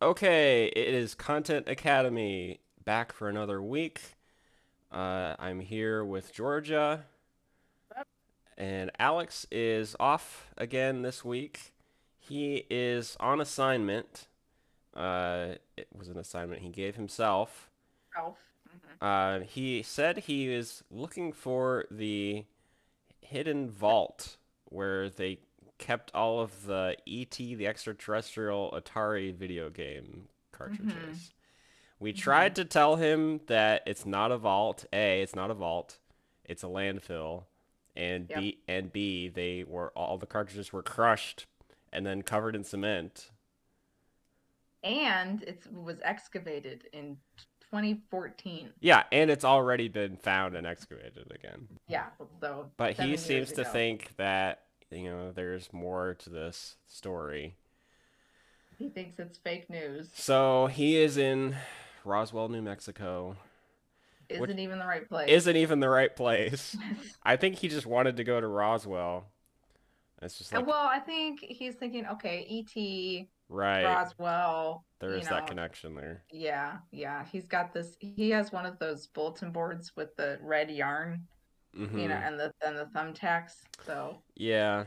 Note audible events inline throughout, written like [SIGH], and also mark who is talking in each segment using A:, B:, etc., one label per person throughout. A: Okay, it is Content Academy back for another week. Uh, I'm here with Georgia, and Alex is off again this week. He is on assignment. Uh, it was an assignment he gave himself.
B: Ralph. Mhm.
A: Uh, he said he is looking for the hidden vault where they kept all of the ET, the extraterrestrial Atari video game cartridges. We tried to tell him that it's not a vault. A, it's not a vault. It's a landfill. And
B: Yep.
A: B, and B, they were all the cartridges were crushed and then covered in cement.
B: And it was excavated in 2014.
A: Yeah, and it's already been found and excavated again.
B: Yeah, so.
A: But
B: seven
A: he
B: years
A: seems to
B: ago.
A: think that you know there's more to this story.
B: he thinks it's fake news.
A: So he is in Roswell, New Mexico.
B: Isn't
A: which-
B: even the right place.
A: Isn't even the right
B: [LAUGHS]
A: place. I think he just wanted to go to Roswell. It's just like
B: well, I think he's thinking, okay, E.T.,
A: right.
B: Roswell.
A: there
B: you
A: is that
B: know,
A: connection there.
B: Yeah, yeah. He's got this. He has one of those bulletin boards with the red yarn,
A: hmm
B: you know, and the and the thumbtacks. So
A: yeah.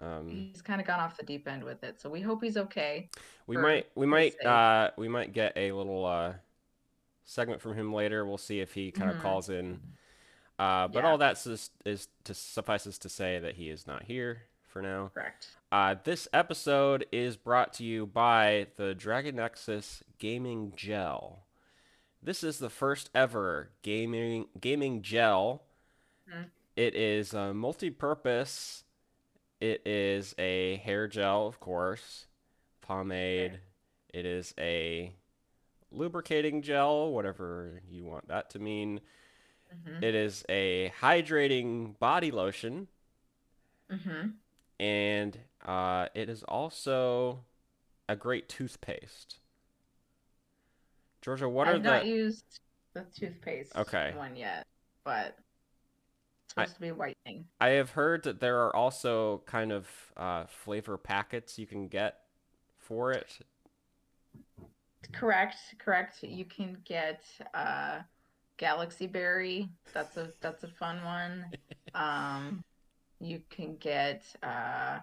A: Um,
B: he's kind of gone off the deep end with it. So we hope he's okay.
A: we
B: for
A: might we
B: his
A: might
B: sake.
A: uh, we might get a little uh, segment from him later. We'll see if he kind of
B: Mhm.
A: calls in. Uh, but
B: Yeah.
A: all that is, is to suffices to say that he is not here for now.
B: Correct.
A: Uh, this episode is brought to you by the Dragon Nexus Gaming Gel. This is the first ever gaming gaming gel.
B: Mhm.
A: It is uh, multi-purpose. It is a hair gel, of course, pomade. It is a lubricating gel, whatever you want that to mean.
B: hmm
A: It is a hydrating body lotion
B: hmm
A: and uh, it is also a great toothpaste. Georgia, what are
B: I've not
A: the?
B: used the toothpaste
A: Okay.
B: one yet, but it's
A: I-
B: supposed to be whitening.
A: I have heard that there are also kind of uh, flavor packets you can get for it.
B: Correct, correct.
A: Mm.
B: You can get uh Galaxy Berry. That's a that's a fun
A: [LAUGHS]
B: one. Um you can get uh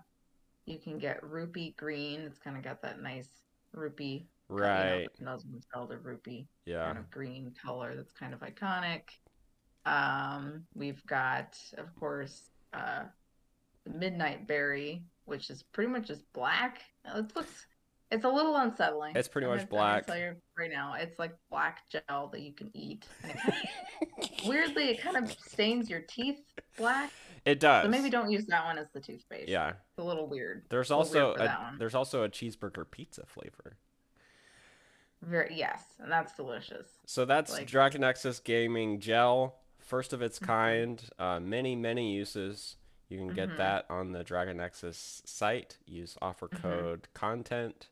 B: you can get rupee green. It's kind of got that nice rupee you know,
A: Right.
B: those ones called a rupee.
A: Yeah.
B: kind of green color that's kind of iconic. Um, we've got, of course, uh, the Midnight Berry, which is pretty much just black. It looks, it's a little unsettling.
A: It's pretty much
B: I'm gonna- I'm gonna
A: black.
B: tell you right now, it's like black gel that you can eat. And it kinda- [LAUGHS] weirdly, it kind of stains your teeth black.
A: It does.
B: So maybe don't use that one as the toothpaste.
A: Yeah.
B: it's a little weird.
A: There's
B: We'll wait
A: also
B: for that
A: a,
B: one.
A: there's also a cheeseburger pizza flavor.
B: Very yes, and that's delicious.
A: So that's
B: Like-
A: Dragon Nexus Gaming Gel, first of its
B: Mhm.
A: kind. Uh, many, many uses. You can get
B: Mhm.
A: that on the Dragon Nexus site. Use offer
B: Mhm.
A: code content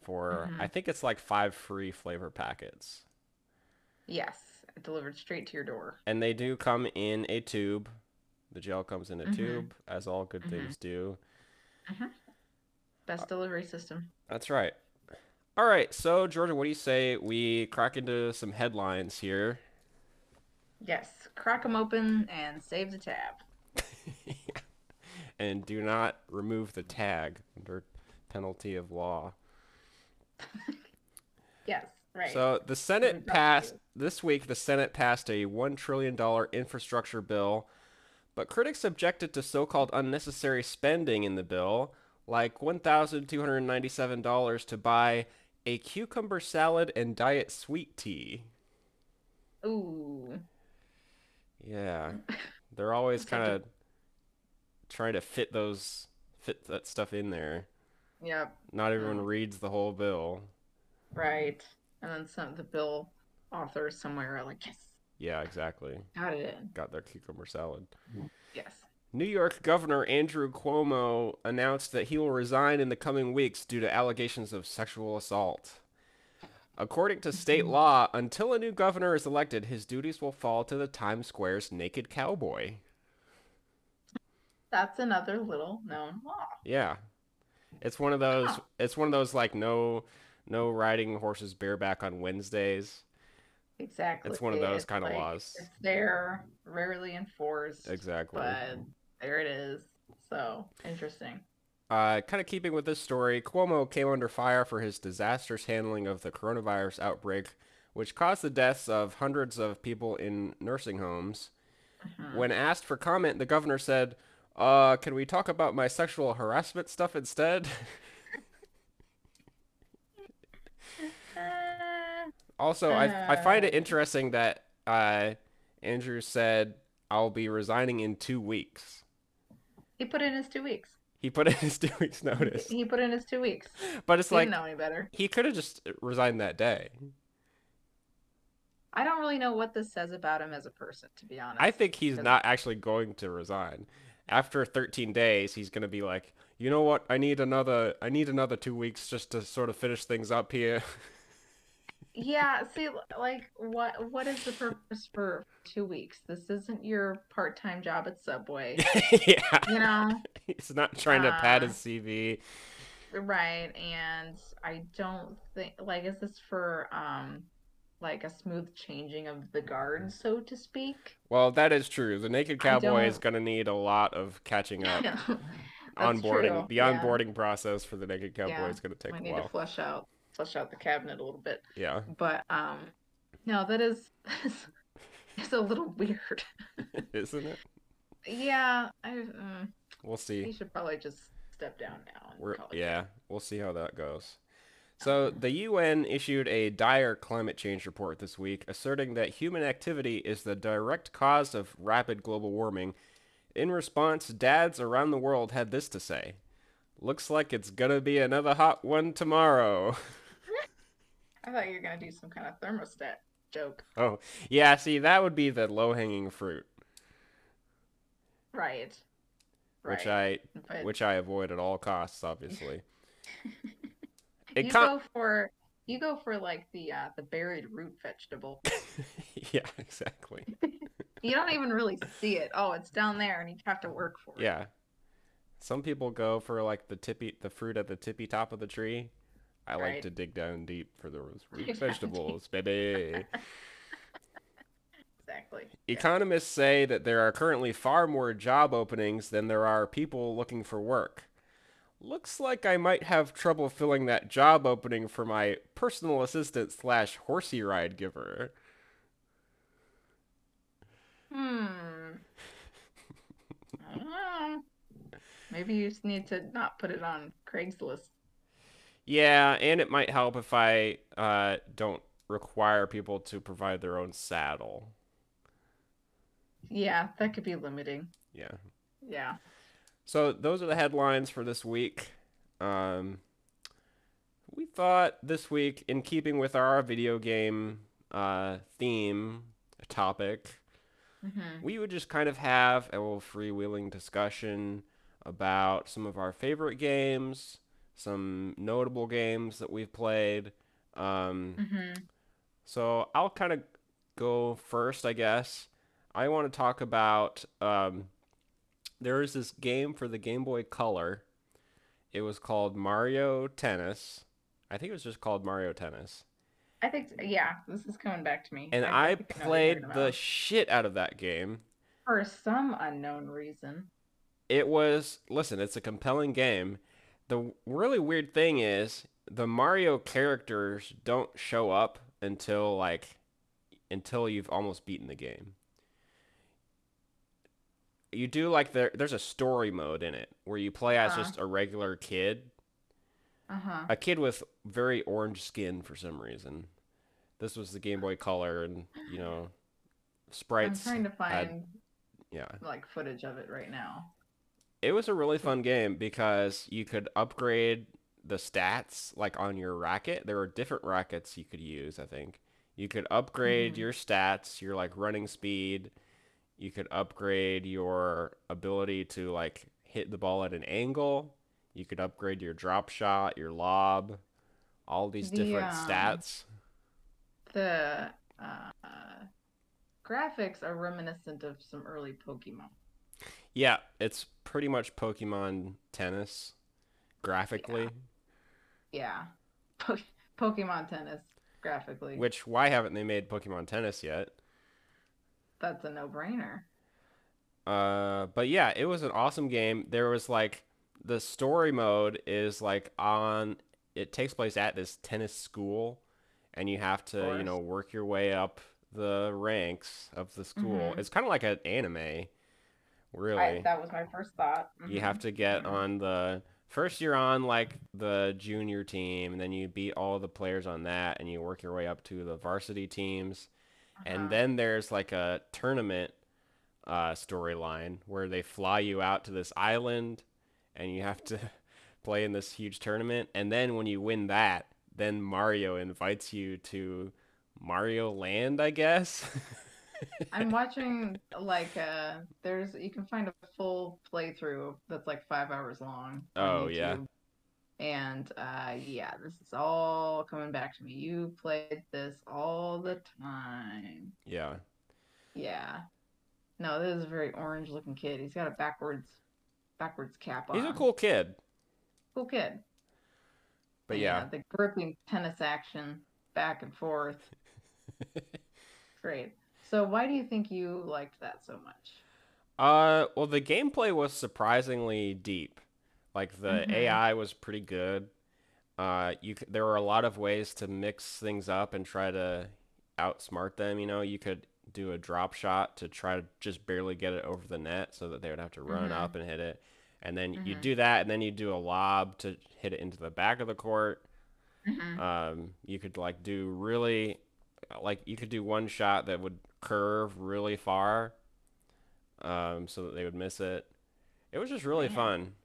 A: for,
B: Mhm.
A: I think it's like five free flavor packets.
B: Yes, delivered straight to your door.
A: And they do come in a tube. The gel comes in a
B: Mhm.
A: tube, as all good
B: Mhm.
A: things do. Uh,
B: Best delivery system.
A: That's right. All right. So, Georgia, what do you say we crack into some headlines here?
B: Yes, crack them open and save the tab.
A: and do not remove the tag under penalty of law.
B: Yes, right.
A: So the Senate
B: Doesn't cover
A: passed
B: you.
A: this week. The Senate passed a one trillion dollar infrastructure bill, but critics objected to so-called unnecessary spending in the bill, like one thousand two hundred ninety-seven dollars to buy a cucumber salad and diet sweet tea.
B: Ooh, [LAUGHS]
A: Yeah, they're always
B: Sounds like
A: kind of trying to fit those fit that stuff in there.
B: yep,
A: Not everyone reads the whole bill.
B: right. And then some the bill authors somewhere are like, yes,
A: Yeah, exactly.
B: got it in.
A: Got their cucumber salad.
B: Yes.
A: New York Governor Andrew Cuomo announced that he will resign in the coming weeks due to allegations of sexual assault. According to state law, until a new governor is elected, his duties will fall to the Times Square's naked cowboy.
B: That's another little known law.
A: Yeah. It's one of those. It's one of those like no, no riding horses bareback on Wednesdays.
B: Exactly.
A: It's one of those
B: It's
A: kind of
B: like,
A: laws.
B: It's there, rarely enforced,
A: Exactly.
B: but there it is. So interesting.
A: Uh, kind of keeping with this story, Cuomo came under fire for his disastrous handling of the coronavirus outbreak, which caused the deaths of hundreds of people in nursing homes.
B: Mhm.
A: When asked for comment, the governor said, uh, can we talk about my sexual harassment stuff instead? [LAUGHS]
B: Uh,
A: also, I, I find it
B: Uh.
A: interesting that uh, Andrew said, I'll be resigning in two weeks.
B: he put in his two weeks.
A: He put in his [LAUGHS] two weeks
B: He-
A: notice.
B: He put in his two weeks.
A: But it's
B: he
A: like,
B: didn't know any better.
A: he could have just resigned that day.
B: I don't really know what this says about him as a person, to be honest.
A: I think he's
B: Because-
A: not actually going to resign. After 13 days, he's going to be like, "You know what? I need another I need another 2 weeks just to sort of finish things up here." [LAUGHS]
B: Yeah, see, l- like, what what is the purpose for two weeks? This isn't your part time job at
A: [LAUGHS]
B: Subway,
A: yeah.
B: you know?
A: He's not trying to pad
B: Uh,
A: his CV.
B: Right. And I don't think, like, is this for, um, like a smooth changing of the guard, so to speak?
A: Well, that is true. The naked
B: I
A: cowboy is
B: don't-
A: going to need a lot of
B: [LAUGHS]
A: catching up.
B: That's
A: onboarding.
B: true,
A: The
B: yeah.
A: onboarding process for the naked cowboy
B: Yeah,
A: is going to take
B: I
A: a
B: need to
A: while.
B: flush out flush out the cabinet a little bit.
A: Yeah.
B: But um no, that is [LAUGHS] it's a little weird. [LAUGHS]
A: Isn't it?
B: Yeah, I mm,
A: We'll see.
B: he should probably just step down now. and
A: We're,
B: call it good.
A: yeah, we'll see how that goes. So, the UN issued a dire climate change report this week, asserting that human activity is the direct cause of rapid global warming. In response, dads around the world had this to say Looks like it's gonna be another hot one tomorrow. [LAUGHS]
B: I thought you were gonna do some kind of thermostat joke.
A: oh, yeah, see, that would be the low hanging fruit,
B: Right. Right.
A: which I.
B: but
A: Which I avoid at all costs,
B: [LAUGHS]
A: obviously. it
B: you
A: con-
B: go for you go for like the uh the buried root vegetable.
A: [LAUGHS] yeah, exactly.
B: you don't even really see it. Oh, it's down there and you have to work for it.
A: Yeah. Some people go for like the tippy the fruit at the tippy top of the tree. I like
B: Right.
A: to dig down deep for
B: [LAUGHS]
A: those root
B: Dig down
A: vegetables,
B: [LAUGHS]
A: baby.
B: Exactly. Yeah.
A: Economists say that there are currently far more job openings than there are people looking for work. Looks like I might have trouble filling that job opening for my personal assistant slash horsey ride giver.
B: Hmm. I don't know. Maybe you just need to not put it on Craigslist.
A: Yeah, and it might help if I uh, don't require people to provide their own saddle.
B: Yeah, that could be limiting.
A: Yeah.
B: Yeah.
A: So those are the headlines for this week. Um, we thought this week, in keeping with our video game uh, theme topic,
B: hmm
A: we would just kind of have a little freewheeling discussion about some of our favorite games, some notable games that we've played. Um,
B: hmm
A: so I'll kind of go first, I guess. I want to talk about um, there is this game for the Game Boy Color. It was called Mario Tennis. I think it was just called Mario Tennis.
B: I think, yeah, this is coming back to me.
A: And
B: think
A: I,
B: think know what you're
A: played
B: talking
A: the
B: about.
A: shit out of that game.
B: For some unknown reason.
A: It was, listen, it's a compelling game. The w- really weird thing is the Mario characters don't show up until like until you've almost beaten the game. You do like there there's a story mode in it where you play as
B: Uh-huh.
A: just a regular kid,
B: Uh huh.
A: a kid with very orange skin for some reason. This was the Game Boy Color and, you know,
B: I'm
A: sprites.
B: trying to find
A: Yeah.
B: like footage of it right now.
A: it was a really fun game because you could upgrade the stats like on your racket. There were different rackets you could use, I think. You could upgrade
B: Mhm.
A: your stats, your like running speed. You could upgrade your ability to like hit the ball at an angle. You could upgrade your drop shot, your lob, all these
B: The,
A: different
B: um,
A: stats.
B: The uh, graphics are reminiscent of some early Pokemon.
A: Yeah, it's pretty much Pokemon tennis graphically.
B: Yeah. Po- Pokemon Tennis graphically.
A: Which why haven't they made Pokemon Tennis yet?
B: That's a no-brainer.
A: Uh, but yeah, it was an awesome game. There was like the story mode is like on it takes place at this tennis school and you have to, you
B: course.
A: know, work your way up the ranks of the school.
B: Mhm.
A: It's kind of like an anime, really.
B: I, that was my first thought.
A: You
B: Mhm.
A: have to get
B: Mhm.
A: on the first you're on like the junior team and then you beat all the players on that and you work your way up to the varsity teams
B: Uh-huh.
A: and then there's like a tournament uh, storyline where they fly you out to this island and you have to [LAUGHS] play in this huge tournament and then when you win that then mario invites you to mario land i guess [LAUGHS]
B: I'm watching like uh there's you can find a full playthrough that's like five hours long. on
A: Oh, yeah.
B: YouTube. And uh yeah, this is all coming back to me. You played this all the time.
A: yeah
B: Yeah. No, this is a very orange looking kid. He's got a backwards backwards cap on.
A: he's a cool kid
B: cool kid.
A: but
B: And,
A: yeah
B: uh, the gripping tennis action back and forth.
A: [LAUGHS]
B: Great. So why do you think you liked that so much?
A: Uh, well, the gameplay was surprisingly deep. Like the
B: Mhm.
A: AI was pretty good. Uh, you c- there were a lot of ways to mix things up and try to outsmart them. You know, you could do a drop shot to try to just barely get it over the net so that they would have to run
B: Mhm.
A: up and hit it. And then you
B: Mhm.
A: do that, and then you do a lob to hit it into the back of the court.
B: Mm-hmm.
A: Um, you could like do really, like you could do one shot that would curve really far, um, so that they would miss it. It was just really
B: Man.
A: fun.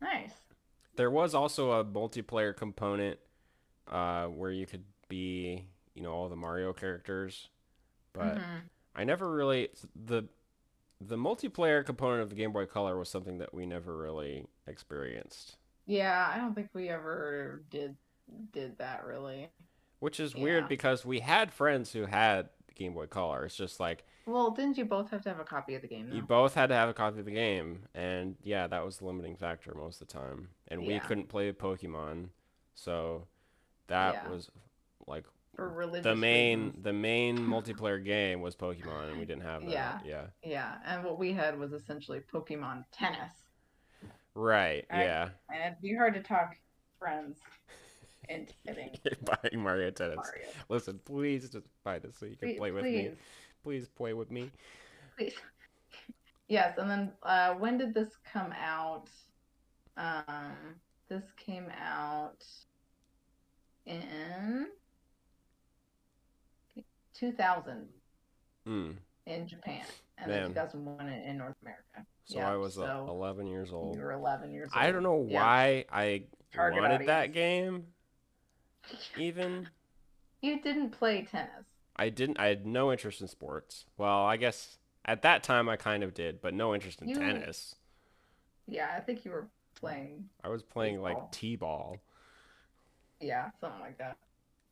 B: Nice.
A: There was also a multiplayer component, uh, where you could be, you know, all the Mario characters, but
B: Mhm.
A: I never really the the multiplayer component of the Game Boy Color was something that we never really experienced.
B: yeah, I don't think we ever did did that really.
A: Which is weird
B: Yeah.
A: because we had friends who had Game Boy Color. It's just like
B: Well, didn't you both have to have a copy of the game?
A: You
B: though?
A: both had to have a copy of the game, and yeah, that was the limiting factor most of the time. And we
B: Yeah.
A: couldn't play Pokemon, so that
B: Yeah.
A: was like
B: For religious
A: the main
B: reasons.
A: the
B: [LAUGHS]
A: main multiplayer game was Pokemon, and we didn't have that.
B: Yeah.
A: yeah.
B: Yeah, and what we had was essentially Pokemon tennis,
A: Right.
B: Right. [LAUGHS]
A: Yeah.
B: and it'd be hard to talk
A: [LAUGHS]
B: friends into getting
A: Buying Mario Tennis.
B: Mario.
A: Listen, please just buy this so you can
B: Please,
A: play with me.
B: please,
A: Please play with me.
B: please. [LAUGHS] Yes, and then uh, when did this come out? Um, this came out in 2000.
A: Mm.
B: in Japan and
A: Man.
B: then 2001 in, in North America.
A: So
B: Yeah,
A: I was uh,
B: so
A: 11 years old.
B: You were 11 years old.
A: Oh. I don't know
B: Yeah.
A: why I
B: Target
A: wanted that
B: audience.
A: game.
B: [LAUGHS]
A: Even.
B: You didn't play tennis.
A: I didn't. I had no interest in sports. Well, I guess at that time I kind of did, but no interest in
B: You-
A: tennis.
B: Yeah, I think you were playing.
A: I was playing
B: Baseball.
A: like t-ball,
B: Yeah, something like that.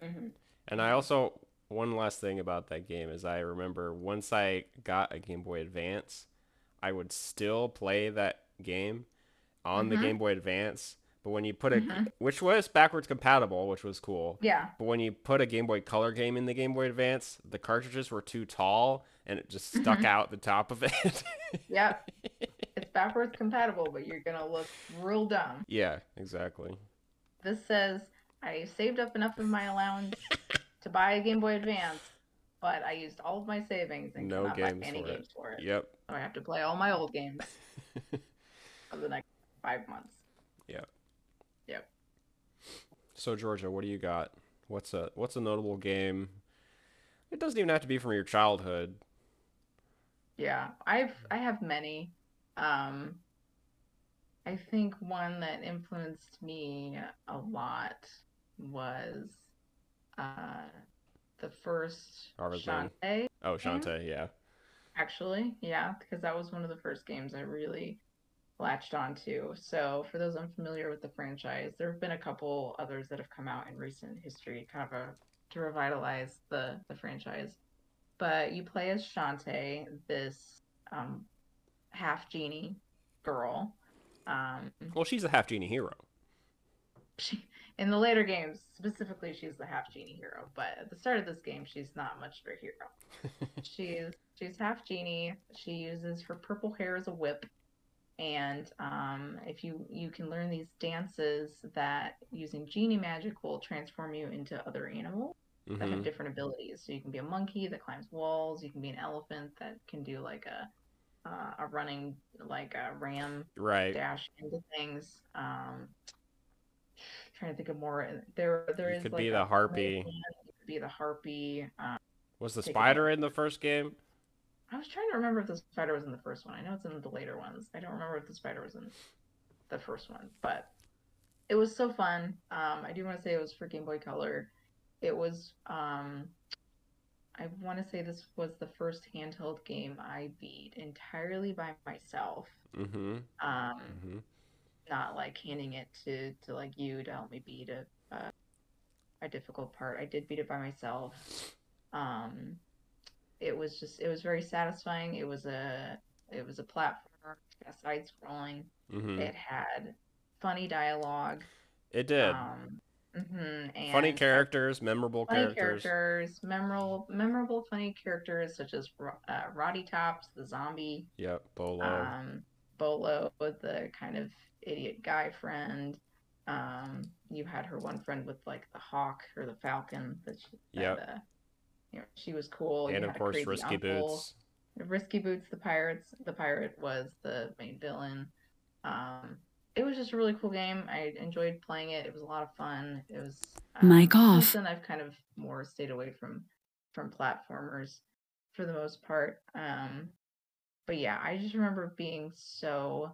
B: hmm
A: and I also one last thing about that game is I remember once I got a Game Boy Advance, I would still play that game on
B: Mhm.
A: the Game Boy Advance. But when you put a,
B: Mhm.
A: which was backwards compatible, which was cool.
B: Yeah.
A: But when you put a Game Boy Color game in the Game Boy Advance, the cartridges were too tall, and it just stuck
B: Mhm.
A: out the top of it. [LAUGHS]
B: Yep. it's backwards compatible, but you're gonna look real dumb.
A: yeah, exactly.
B: This says I saved up enough of my allowance to buy a Game Boy Advance, but I used all of my savings and
A: No
B: cannot
A: games
B: buy any
A: for it.
B: games for it.
A: Yep.
B: So I have to play all my
A: [LAUGHS]
B: old games for the next five months.
A: So Georgia, what do you got? What's a what's a notable game? It doesn't even have to be from your childhood.
B: Yeah, I've I have many. Um, I think one that influenced me a lot was uh, the first
A: Harvest Moon.
B: Shantae,
A: Oh, Shantae, yeah.
B: actually. Yeah, because that was one of the first games I really latched onto. So, for those unfamiliar with the franchise, there have been a couple others that have come out in recent history, kind of a, to revitalize the the franchise. But you play as Shantae, this um, half genie girl Um,
A: Well, she's a half genie hero.
B: she, in the later games, specifically, she's the half genie hero. But at the start of this game, she's not much of a hero. she's she's half genie. She uses her purple hair as a whip, and um, if you you can learn these dances that using genie magic will transform you into other animals that
A: Mhm.
B: have different abilities. So you can be a monkey that climbs walls. You can be an elephant that can do like a uh, a running like a ram
A: Right.
B: dash into things. Um, trying to think of more. There, there
A: You
B: is
A: could
B: like
A: be
B: a
A: the
B: merman,
A: harpy.
B: you could be the harpy. Um,
A: Was the
B: Take it
A: spider in the first game?
B: I was trying to remember if the spider was in the first one. I know it's in the later ones. I don't remember if the spider was in the first one, but it was so fun. Um, I do want to say it was for Game Boy Color. It was. Um, I want to say this was the first handheld game I beat entirely by myself.
A: Mm-hmm.
B: Um,
A: mm-hmm.
B: not like handing it to to like you to help me beat a a, a difficult part. I did beat it by myself. Um, it was just it was very satisfying. It was a it was a platform side scrolling.
A: Mm-hmm.
B: It had funny dialogue.
A: It did.
B: Um, mhm, and
A: funny characters, memorable
B: funny
A: characters.
B: characters, memorable memorable funny characters such as Ro- uh, Roddy Tops the zombie.
A: Yep. Bolo.
B: Um, Bolo was the kind of idiot guy friend. Um, you had her one friend with like the hawk or the falcon that she, that,
A: Yep.
B: uh, you know, she was cool. You
A: and of
B: had a
A: course,
B: crazy
A: Risky
B: uncle.
A: Boots.
B: Risky Boots, the pirates. The pirate was the main villain. Um, it was just a really cool game. I enjoyed playing it. It was a lot of fun. It was.
C: Mic
B: um,
C: off.
B: since Then I've kind of more stayed away from from platformers for the most part. Um, but yeah, I just remember being so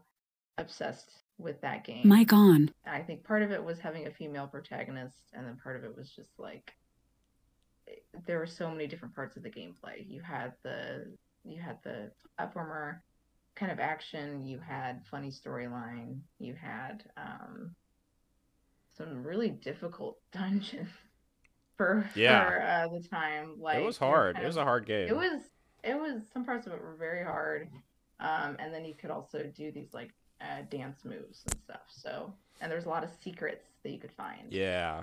B: obsessed with that game.
C: Mic on.
B: I think part of it was having a female protagonist, and then part of it was just like it- there were so many different parts of the gameplay. You had the you had the platformer kind of action. You had funny storyline. You had um, some really difficult [LAUGHS] dungeons for
A: Yeah.
B: for uh, the time. Like
A: it was
B: you were
A: hard.
B: kind
A: It was
B: of-
A: a hard game.
B: it was it was some parts of it were very hard um and then you could also do these like uh, dance moves and stuff so and there's a lot of secrets that you could find
A: Yeah.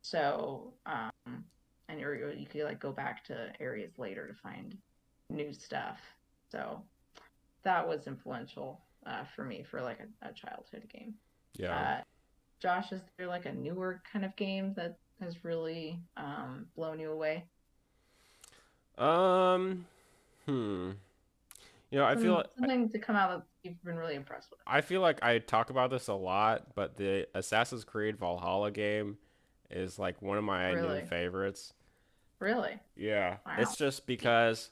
B: so um and you you could like go back to areas later to find new stuff so that was influential uh, for me for like a, a childhood game
A: Yeah.
B: uh, josh is there like a newer kind of game that has really um blown you away Uh,
A: um. Hmm. You know, I feel
B: Some- something to come out that you've been really impressed with.
A: I feel like I talk about this a lot, but the Assassin's Creed Valhalla game is like one of my
B: Really?
A: new favorites.
B: Really?
A: Yeah,
B: Wow.
A: it's just because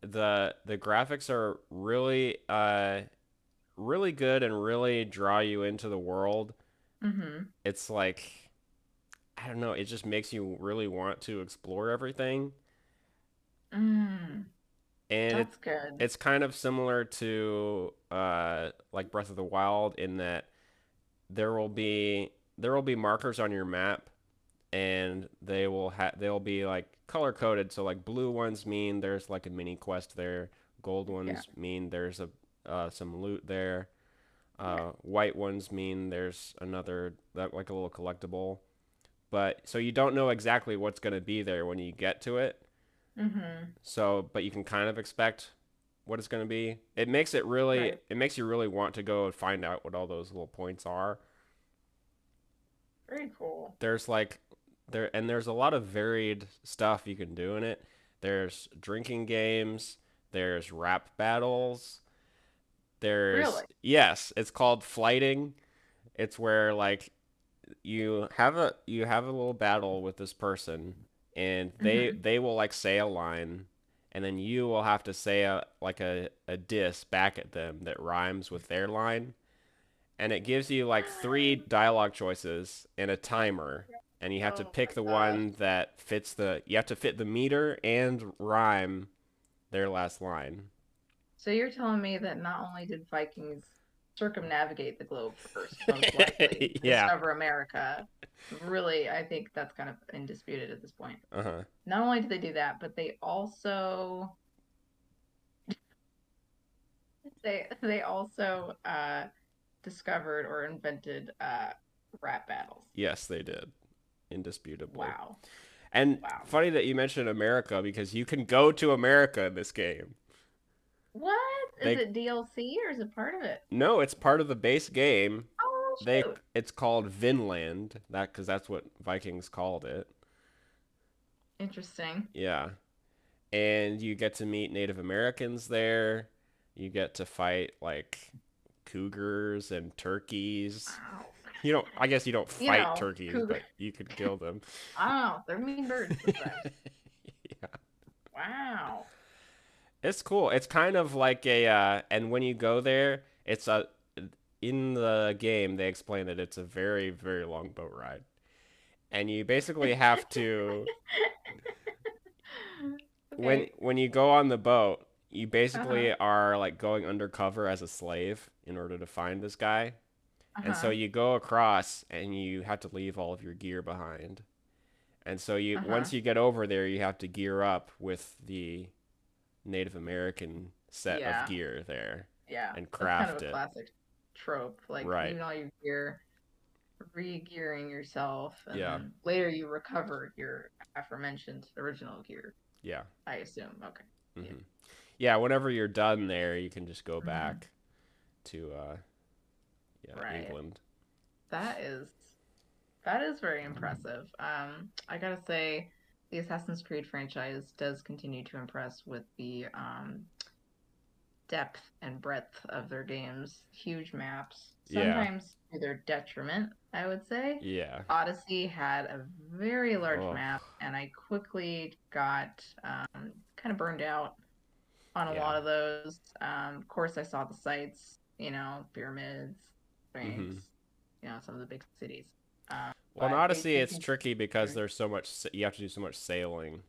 A: the the graphics are really uh really good and really draw you into the world.
B: Mm-hmm.
A: It's like I don't know, it just makes you really want to explore everything.
B: Mm,
A: And it's
B: that's good.
A: it's kind of similar to uh like Breath of the Wild in that there will be there will be markers on your map and they will have they'll be like color coded so like blue ones mean there's like a mini quest there gold ones mean there's a uh, some loot there uh, white ones mean there's another that like a little collectible but so you don't know exactly what's going to be there when you get to it
B: mm-hmm.
A: so, but you can kind of expect what it's going to be. It makes it really,
B: Right.
A: it makes you really want to go and find out what all those little points are.
B: Very cool.
A: There's like, there, and there's a lot of varied stuff you can do in it. There's drinking games, there's rap battles, there's,
B: Really?
A: yes, it's called flighting. It's where like you have a you have a little battle with this person and they they will like say a line and then you will have to say a like a, a diss back at them that rhymes with their line and it gives you like three dialogue choices and a timer and you have to
B: Oh
A: pick
B: my
A: the
B: gosh.
A: one that fits the you have to fit the meter and rhyme their last line
B: So you're telling me that not only did Vikings circumnavigate the globe first,
A: [LAUGHS]
B: most likely, to
A: Yeah.
B: discover America, really, I think that's kind of undisputed at this point.
A: uh-huh
B: Not only did they do that, but they also [LAUGHS] they they also uh, discovered or invented uh, rap battles.
A: Yes, they did. Indisputably.
B: Wow.
A: And
B: Wow.
A: funny that you mentioned America because you can go to America in this game.
B: What is
A: They-
B: it DLC or is it part of it?
A: No, it's part of the base game.
B: Oh shoot.
A: They it's called Vinland, that cuz that's what Vikings called it.
B: Interesting.
A: Yeah. And you get to meet Native Americans there. You get to fight like cougars and turkeys.
B: Wow.
A: You don't I guess you don't fight
B: You know,
A: turkeys,
B: cougar.
A: but you could kill them.
B: [LAUGHS] Oh, they're mean birds. sometimes.
A: yeah.
B: [LAUGHS] wow.
A: [LAUGHS] It's cool. It's kind of like a, uh, and when you go there, it's a, in the game, they explain that it's a very, very long boat ride. And you basically have
B: [LAUGHS]
A: to, when,
B: Okay. Uh-huh.
A: when you go on the boat, you basically are like going undercover as a slave in order to find this guy. And so
B: Uh-huh.
A: you go across and you have to leave all of your gear behind. And so you,
B: Uh-huh.
A: once you get over there, you have to gear up with the Native American set
B: Yeah.
A: of gear there.
B: yeah,
A: and
B: that's kind
A: craft
B: of a
A: it.
B: classic trope. Like
A: Right.
B: leaving all your gear, re-gearing yourself, and
A: Yeah.
B: then later you recover your aforementioned original gear.
A: Yeah.
B: I assume. Okay.
A: hmm
B: Yeah.
A: Yeah. whenever you're done there, you can just go
B: Mhm.
A: back to uh yeah,
B: Right.
A: England.
B: That is that is very impressive. Um, I gotta say, the Assassin's Creed franchise does continue to impress with the um, depth and breadth of their games. Huge maps,
A: Yeah.
B: sometimes to their detriment, I would say.
A: Yeah.
B: Odyssey had a very large
A: Oh.
B: map, and I quickly got um, kind of burned out on a
A: Yeah.
B: lot of those. Um, of course, I saw the sites, you know, pyramids,
A: Mm-hmm.
B: things, you know, some of the big cities. Um,
A: Well, in
B: but they-
A: Odyssey
B: they
A: it's
B: can-
A: tricky because there's so much sa- you have to do so much sailing.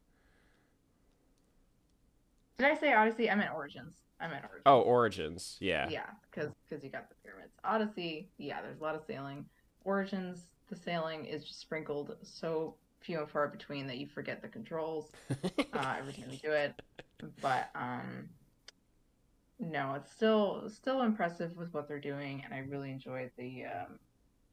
B: Did I say Odyssey? I meant Origins. I meant Origins.
A: Oh, Origins. Yeah. [LAUGHS]
B: yeah, because you got the pyramids. Odyssey, yeah, there's a lot of sailing. Origins, the sailing is just sprinkled so few and far between that you forget the controls. uh, every time you do it. But um, no, it's still still impressive with what they're doing, and I really enjoy the um,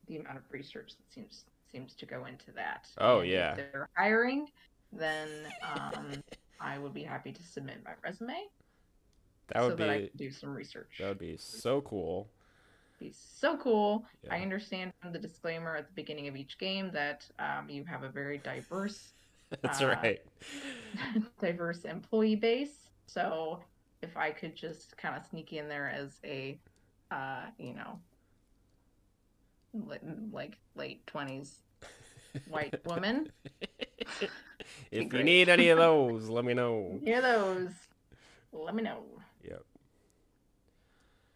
B: the amount of research that seems seems to go into that.
A: Oh,
B: And
A: yeah.
B: if they're hiring, then um, I would be happy to submit my resume
A: that would
B: so
A: be
B: that I can do some research.
A: that would be so cool.
B: be so cool.
A: Yeah.
B: I understand from the disclaimer at the beginning of each game that um, you have a very diverse
A: [LAUGHS] That's
B: uh,
A: right.
B: [LAUGHS] diverse employee base. So if I could just kind of sneak in there as a, uh, you know, li- like late twenties [LAUGHS] white woman,
A: [LAUGHS] if you
B: great.
A: need any
B: [LAUGHS]
A: of those, let me know.
B: hear those? Let me know.
A: Oh. Yep.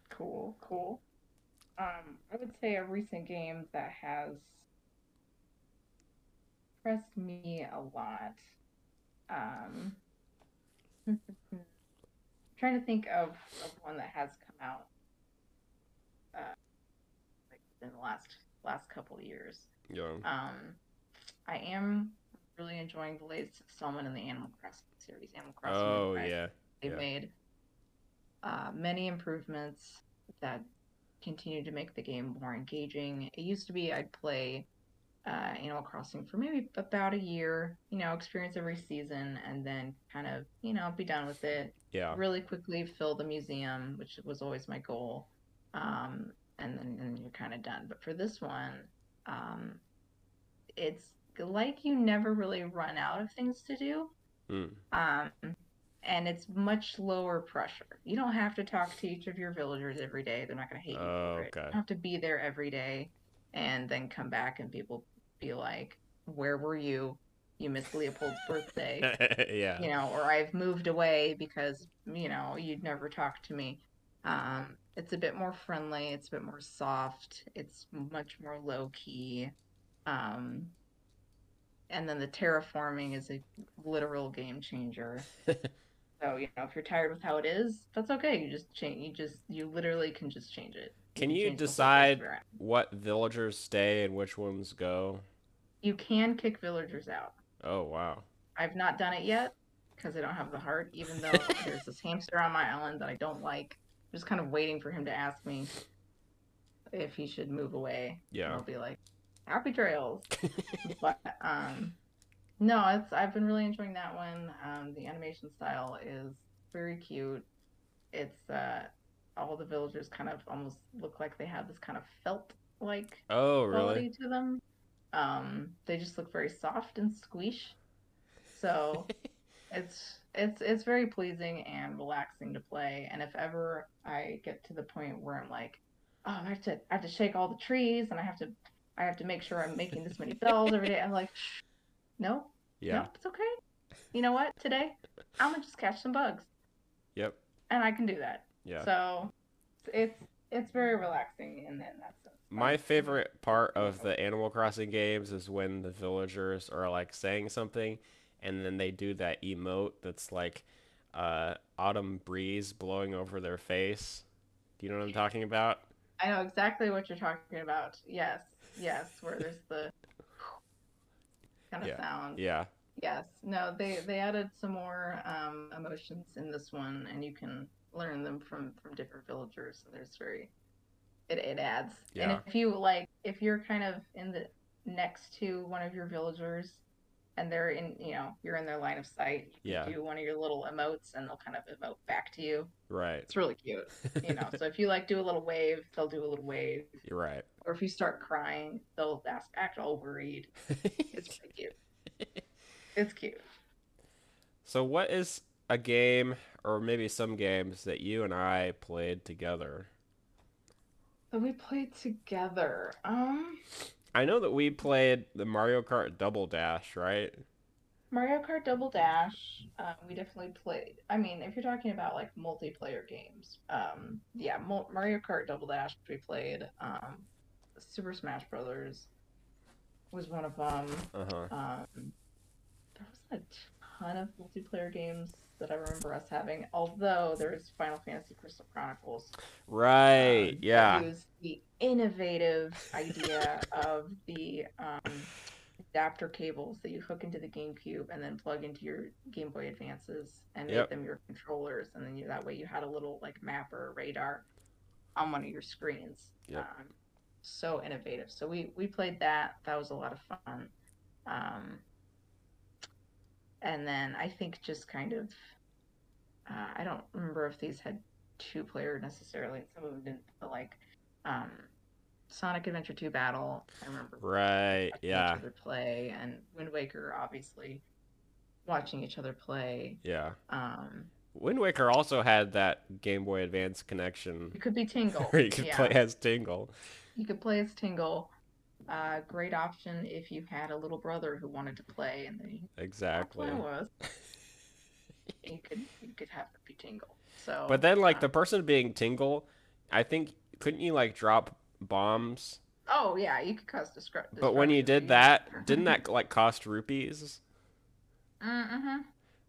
B: Cool, cool. Um, I would say a recent game that has impressed me a lot. Um, [LAUGHS] trying to think of, of one that has come out uh, like in the last last couple of years.
A: Yeah.
B: Um, I am really enjoying the latest installment in the Animal Crossing series. Animal Crossing.
A: Oh,
B: New Horizons.
A: yeah.
B: They've
A: Yeah.
B: made uh, many improvements that continue to make the game more engaging. It used to be I'd play uh, Animal Crossing for maybe about a year, you know, experience every season, and then kind of, you know, be done with it
A: Yeah.
B: really quickly fill the museum, which was always my goal. Um, and then and you're kind of done. But for this one, um, it's like you never really run out of things to do.
A: Mm.
B: Um, and it's much lower pressure. You don't have to talk to each of your villagers every day. They're not going to hate you. for it. You
A: Okay.
B: don't have to be there every day and then come back and people be like, Where were you? You missed
A: [LAUGHS]
B: Leopold's birthday
A: yeah.
B: you know, or I've moved away because, you know, you'd never talk to me. Um, it's a bit more friendly, it's a bit more soft, it's much more low key. Um, and then the terraforming is a literal game
A: [LAUGHS]
B: changer. so, you know, if you're tired with how it is, that's okay. You just change, you just, you literally can just change it.
A: Can you
B: change the whole
A: decide-
B: place you're at.
A: What villagers stay and which ones go?
B: You can kick villagers out.
A: Oh wow.
B: I've not done it yet because I don't have the heart, even though there's this hamster on my island that I don't like. I'm just kind of waiting for him to ask me if he should move away.
A: Yeah.
B: I'll be like, happy trails. but um, no, it's I've been really enjoying that one. Um, the animation style is very cute. It's uh, all the villagers kind of almost look like they have this kind of felt like
A: Oh,
B: quality
A: really?
B: to them. Um, they just look very soft and squeesh.
A: [LAUGHS]
B: So it's it's it's very pleasing and relaxing to play. And if ever I get to the point where I'm like, oh, I have to I have to shake all the trees and I have to I have to make sure I'm making this many bells every day. I'm like, Shh, no,
A: Yeah.
B: no, it's okay. You know what? Today I'm gonna just catch some bugs,
A: Yep.
B: and I can do that.
A: Yeah.
B: So it's it's very relaxing, and then that's
A: My favorite part of the Animal Crossing games is when the villagers are like saying something and then they do that emote that's like uh autumn breeze blowing over their face. Do you know what I'm talking about?
B: I know exactly what you're talking about. Yes, yes, where there's the kind of sound.
A: Yeah.
B: Yes, no, they they added some more um, emotions in this one, and you can learn them from from different villagers. So there's very it it adds.
A: Yeah.
B: And if you like, if you're kind of in the next to one of your villagers, and they're in, you know, you're in their line of sight, you
A: Yeah.
B: can do one of your little emotes, and they'll kind of emote back to you.
A: Right.
B: It's really cute,
A: [LAUGHS]
B: you know. so if you like do a little wave, they'll do a little wave
A: You're right.
B: or if you start crying, they'll ask act overread. It's pretty cute. It's cute.
A: So what is a game or maybe some games that you and I played together?
B: So we played together. Um,
A: I know that we played the Mario Kart Double Dash, right?
B: Mario Kart Double Dash. Uh, we definitely played. I mean, if you're talking about like multiplayer games, um, yeah, Mo- Mario Kart Double Dash we played. Um, Super Smash Brothers was one of them.
A: Uh-huh.
B: Um, there was a ton of multiplayer games that I remember us having. Although there was Final Fantasy Crystal Chronicles.
A: Right.
B: um,
A: Uh, yeah.
B: That used the innovative idea of the um, adapter cables that you hook into the GameCube and then plug into your Game Boy Advances and
A: Yep.
B: make them your controllers, and then you, that way you had a little like map or radar on one of your screens.
A: Yep.
B: Um, so innovative. So we we played that. That was a lot of fun. Um, and then I think just kind of, uh, I don't remember if these had two player necessarily. Some of them didn't, but like um, Sonic Adventure 2 Battle. I remember
A: Right.
B: watching
A: Yeah.
B: each other play, and Wind Waker, obviously, watching each other play.
A: Yeah.
B: Um,
A: Wind Waker also had that Game Boy Advance
B: you
A: connection
B: could
A: [LAUGHS]
B: be Tingle.
A: where you could
B: yeah.
A: play as Tingle.
B: You could play as Tingle. Uh, great option if you had a little brother who wanted to play, and then
A: Exactly.
B: Play with. you could you could have it be Tingle. So,
A: [LAUGHS] But then, like, the person being Tingle, I think, couldn't you, like, drop bombs?
B: oh yeah, you could cause Mm-hmm. destruction.
A: But when you did that, didn't
B: [LAUGHS]
A: that, like, cost rupees?
B: Mm-hmm.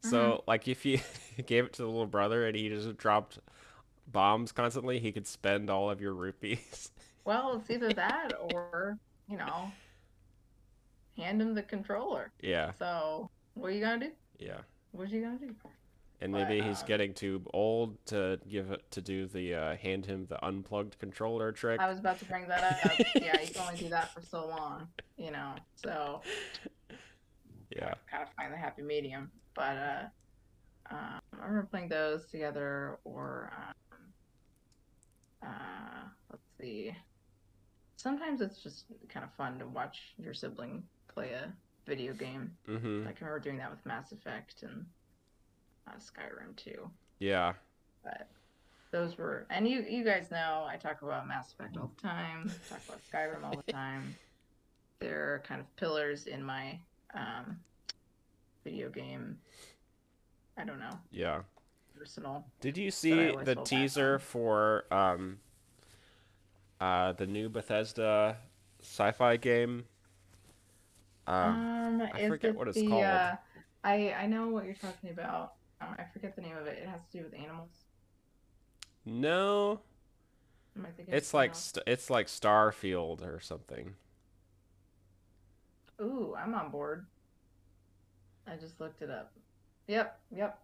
A: So, like, if you [LAUGHS] gave it to the little brother and he just dropped bombs constantly, he could spend all of your rupees. [LAUGHS]
B: Well, it's either that or you know, hand him the controller.
A: yeah.
B: So what are you gonna do?
A: Yeah.
B: What are you gonna do?
A: And
B: But,
A: maybe he's
B: um,
A: getting too old to give it to do the uh, hand him the unplugged controller trick.
B: I was about to bring that up.
A: [LAUGHS]
B: yeah, you can only do that for so long, you know. So
A: Yeah.
B: kind of find the happy medium. But uh, um, I remember playing those together, or um, uh, let's see. Sometimes it's just kind of fun to watch your sibling play a video game.
A: Mm-hmm.
B: Like I remember doing that with Mass Effect and uh, Skyrim too.
A: Yeah.
B: But those were, and you you guys know I talk about Mass Effect all the time. Talk about Skyrim all
A: [LAUGHS]
B: the time. They're kind of pillars in my um, video game. I don't know
A: Yeah.
B: personal.
A: Did you see
B: always
A: the
B: hold back
A: teaser
B: on.
A: for um uh the new Bethesda sci-fi game? Um,
B: Um,
A: I
B: is
A: forget
B: it
A: what it's
B: the,
A: called.
B: Uh, I I know what you're talking about. Um, I forget the name of it. It has to do with animals.
A: no,
B: Am I thinking of
A: it's
B: something
A: like
B: else?
A: st- it's like Starfield or something.
B: Ooh, I'm on board. I just looked it up. Yep, yep.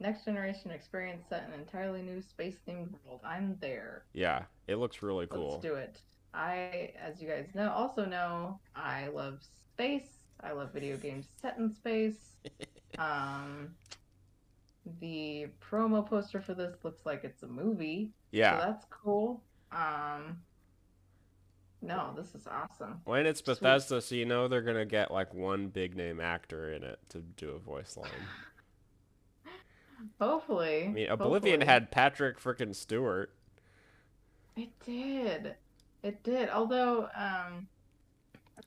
B: Next generation experience set an entirely new space themed world. I'm there.
A: Yeah, it looks really cool.
B: Let's do it. I, as you guys know, also know I love space. I love video games set in
A: [LAUGHS]
B: space. Um, the promo poster for this looks like it's a movie.
A: yeah,
B: So that's cool. Um, no, this is awesome.
A: when it's
B: Sweet.
A: Bethesda, so you know they're gonna get like one big name actor in it to do a voice line.
B: Hopefully.
A: I mean, Oblivion had Patrick freaking Stewart.
B: It did. It did. Although, um,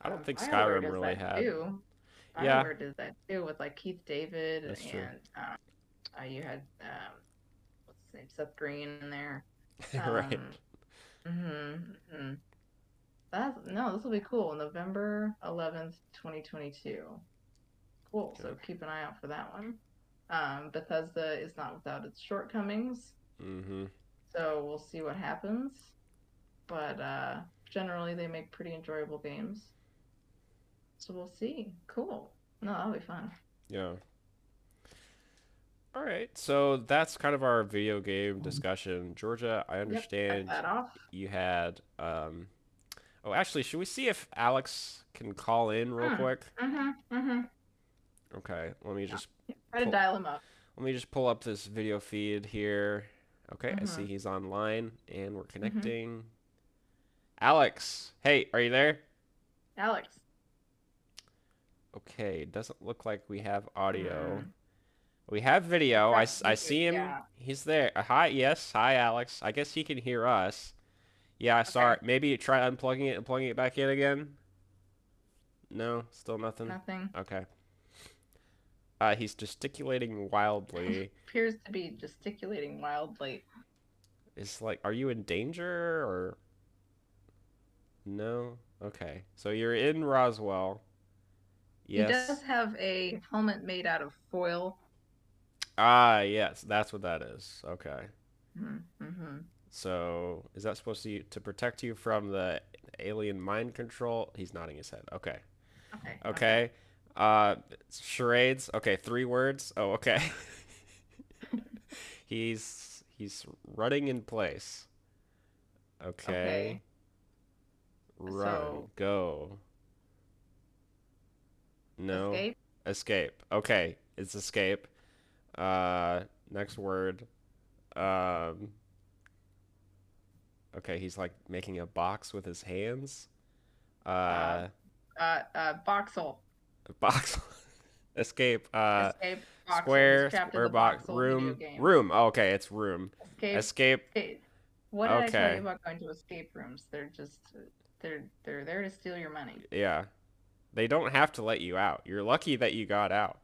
A: I don't
B: um,
A: think
B: Bioware
A: Skyrim
B: does
A: really
B: that
A: had- [LAUGHS]
B: Too.
A: Yeah.
B: Bioware did that too with like Keith David
A: That's true.
B: and um, uh, you had um, what's his name, Seth Green in there.
A: right.
B: Um, Mm-hmm, mm-hmm. That's no, this will be cool. November eleventh, twenty twenty-two. Cool. So
A: Okay.
B: keep an eye out for that one. Um, Bethesda is not without its shortcomings,
A: Mm-hmm.
B: so we'll see what happens. But uh, generally, they make pretty enjoyable games. So we'll see. Cool. No, that'll be fun.
A: Yeah. All right. So that's kind of our video game discussion. Georgia, I
B: Check
A: understand
B: that off.
A: you had. Um... Oh, actually, should we see if Alex can call in real
B: Hmm.
A: quick?
B: Mm-hmm, mm-hmm.
A: Okay. Let me just
B: Try to
A: Cool.
B: dial him up.
A: let me just pull up this video feed here. Okay, I
B: Mhm.
A: see he's online and
B: Mm-hmm.
A: we're connecting. Alex, hey, are you there?
B: Alex.
A: Okay, doesn't look like we have audio.
B: Mm.
A: We have video. I, s- I
B: That's
A: see him.
B: weird, yeah.
A: He's there. Uh, Hi, yes. Hi, Alex. I guess he can hear us. Yeah, sorry. Maybe try unplugging it and plugging it back in again. No, still nothing.
B: Nothing.
A: Okay. Uh, he's gesticulating
B: [LAUGHS]
A: wildly.
B: Appears to be gesticulating wildly.
A: It's like, are you in danger or? No. Okay. So you're in Roswell. Yes.
B: He does have a helmet made out of foil.
A: Ah, yes. That's what that is. Okay.
B: Mm-hmm.
A: So is that supposed to to protect you from the alien mind control? He's nodding his head. Okay.
B: Okay.
A: Okay. Uh, charades. Okay, three words. Oh, okay. [LAUGHS] he's he's running in place. Okay.
B: Okay.
A: Run.
B: So-
A: Go. No.
B: Escape.
A: Escape. Okay, it's escape. Uh, next word. Um. Okay, he's like making a box with his hands. Uh,
B: Uh, Uh, uh, voxel.
A: [LAUGHS] box. escape. Uh,
B: Escape. Voxel.
A: square.
B: He's trapped in
A: Square
B: the
A: box.
B: voxel video
A: Room.
B: game.
A: Room. Oh, okay, it's room.
B: Escape.
A: Escape.
B: escape. What did I tell
A: Okay.
B: you about going to escape rooms? They're just they're they're there to steal your money.
A: Yeah. They don't have to let you out. You're lucky that you got out.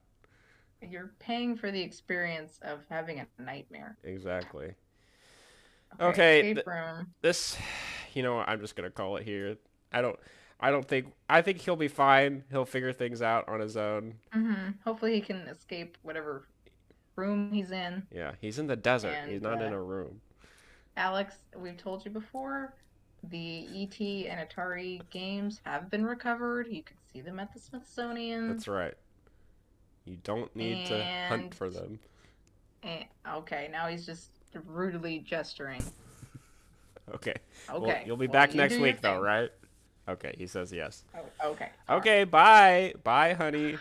B: You're paying for the experience of having a nightmare.
A: Exactly. Okay,
B: escape room.
A: this you know what, i'm just gonna call it here i don't i don't think i think he'll be fine he'll figure things out on his own
B: hmm Hopefully he can escape whatever room he's in.
A: yeah he's in the desert he's
B: And,
A: not in
B: uh,
A: a room
B: Alex, we've told you before, the ET and Atari games have been recovered. You can see them at the Smithsonian.
A: that's right you don't need to hunt
B: and-
A: for them [LAUGHS]
B: Eh, okay, now he's just rudely gesturing.
A: okay
B: Okay.
A: well, you'll be
B: well,
A: back
B: you
A: next
B: do your
A: week though
B: thing.
A: right okay he says yes
B: Oh, okay. all right.
A: okay bye bye
B: [LAUGHS]
A: honey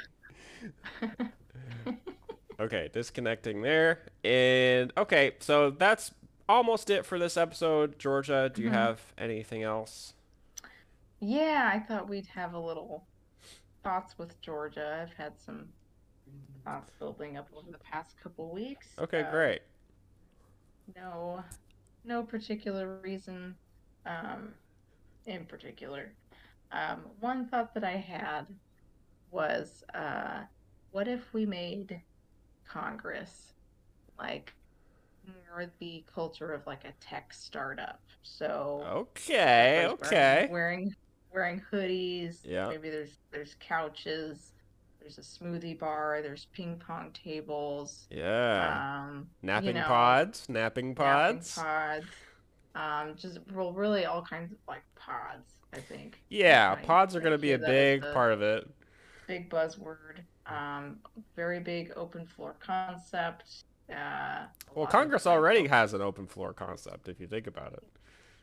A: Okay, disconnecting there. And okay, so that's almost it for this episode. Georgia, do you
B: Mhm.
A: have anything else?
B: Yeah, I thought we'd have a little thoughts with Georgia. I've had some thoughts building up over the past couple weeks.
A: Okay,
B: Uh,
A: great.
B: no no particular reason um, in particular. Um, one thought that I had was uh, what if we made Congress like more the culture of like a tech startup?
A: Oh,
B: So
A: Okay,
B: Everybody's
A: Eh, okay.
B: Wearing wearing wearing hoodies.
A: Yeah.
B: Maybe there's there's couches. There's a smoothie bar. There's ping pong tables.
A: Yeah.
B: Um, you
A: napping
B: know,
A: pods, napping
B: napping
A: Uh, pods.
B: Pods. Um, just well, really all kinds of like pods. I think.
A: yeah,
B: Like,
A: pods are
B: I
A: going to be
B: hear
A: a
B: that as
A: big
B: a
A: part of it.
B: Big buzzword. Um, very big open floor concept. Uh,
A: Well,
B: lot of
A: Congress
B: examples.
A: already has an open floor concept if you think about it.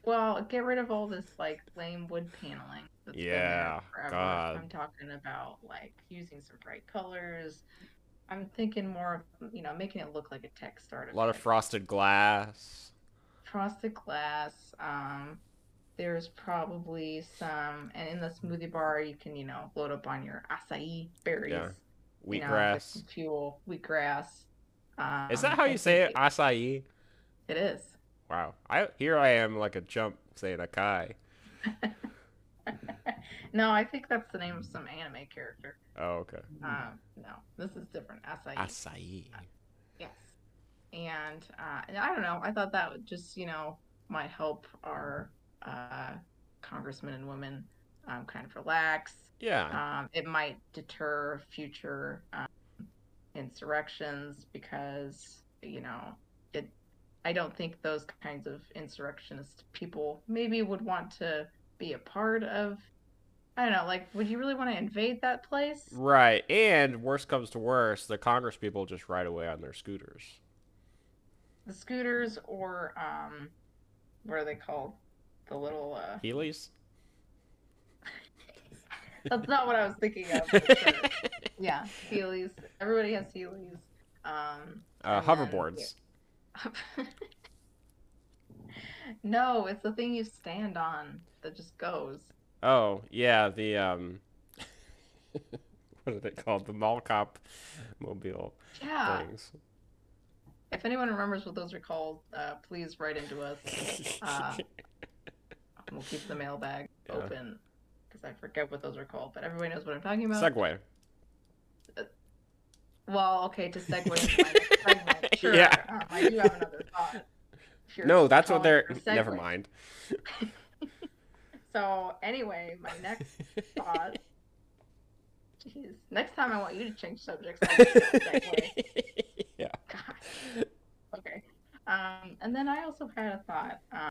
B: Well, get rid of all this like lame wood paneling. that's been there
A: Yeah,
B: forever.
A: God.
B: I'm talking about like using some bright colors. I'm thinking more of you know making it look like a tech startup.
A: A lot of
B: type.
A: frosted glass.
B: frosted glass. Um, there's probably some, and in the smoothie bar you can you know load up on your acai berries,
A: Yeah.
B: you know, with
A: Wheatgrass.
B: some fuel, wheatgrass. Um,
A: Is that how
B: I
A: you say it?
B: think
A: Acai?
B: It is. [LAUGHS]
A: Wow. I here I am like a jump saying acai.
B: No, I think that's the name of some anime character.
A: Oh, okay.
B: Um, no, this is different. Acai.
A: Acai.
B: Uh, Yes. And, uh, and I don't know. I thought that would just, you know, might help our uh, congressmen and women um, kind of relax.
A: Yeah.
B: Um, it might deter future um, insurrections because, you know, it. I don't think those kinds of insurrectionist people maybe would want to be a part of. I don't know. Like, would you really want to invade that place?
A: Right. And worst comes to worst, the Congress people just ride away on their scooters.
B: the scooters or um what are they called the little uh
A: [LAUGHS] Heelys?
B: that's not what i was thinking of but sure. yeah heelys everybody has heelys um
A: Uh,
B: And then-
A: hoverboards.
B: no it's the thing you stand on that just goes
A: Oh, yeah, the um [LAUGHS] what are they called? The mall cop mobile
B: yeah
A: things.
B: if anyone remembers what those are called uh please write into us uh, we'll keep the mailbag
A: Yeah.
B: open because i forget what those are called but everybody knows what i'm talking about
A: Segway.
B: Well, okay,
A: [LAUGHS]
B: to segue into my next segment, sure.
A: Yeah.
B: Um, I do have another thought. If you're
A: No, that's what
B: calling
A: they're
B: for a
A: never
B: segue.
A: mind.
B: So anyway, my next
A: [LAUGHS]
B: thought. Jeez, next time I want you to change subjects. I'll do that
A: [LAUGHS]
B: segue. [LAUGHS]
A: yeah.
B: God. Okay. Um, and then I also had a thought. Um,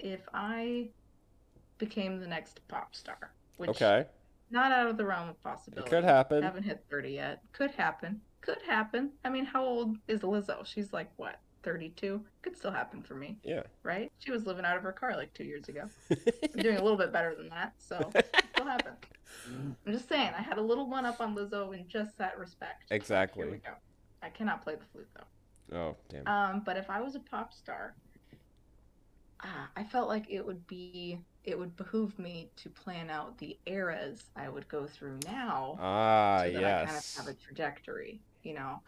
B: if I became the next pop star, which
A: Okay.
B: not out of the realm of
A: It
B: possibility.
A: could happen.
B: Haven't hit 30 yet. Could happen. Could happen. I mean, how old is Lizzo? She's like, what, 32? Could still happen for me,
A: Yeah.
B: right? She was living out of her car like two years ago. I'm doing a little bit better than that,
A: [LAUGHS]
B: so it still happen. I'm just saying, I had a little one up on Lizzo in just that respect. Here we
A: Exactly.
B: go. I cannot play the flute, though.
A: [LAUGHS] Oh, damn.
B: Um, but if I was a pop star, ah, I felt like it would be it would behoove me to plan out the eras I would go through now
A: Ah,
B: so that I kind of
A: yes.
B: have a trajectory, you know.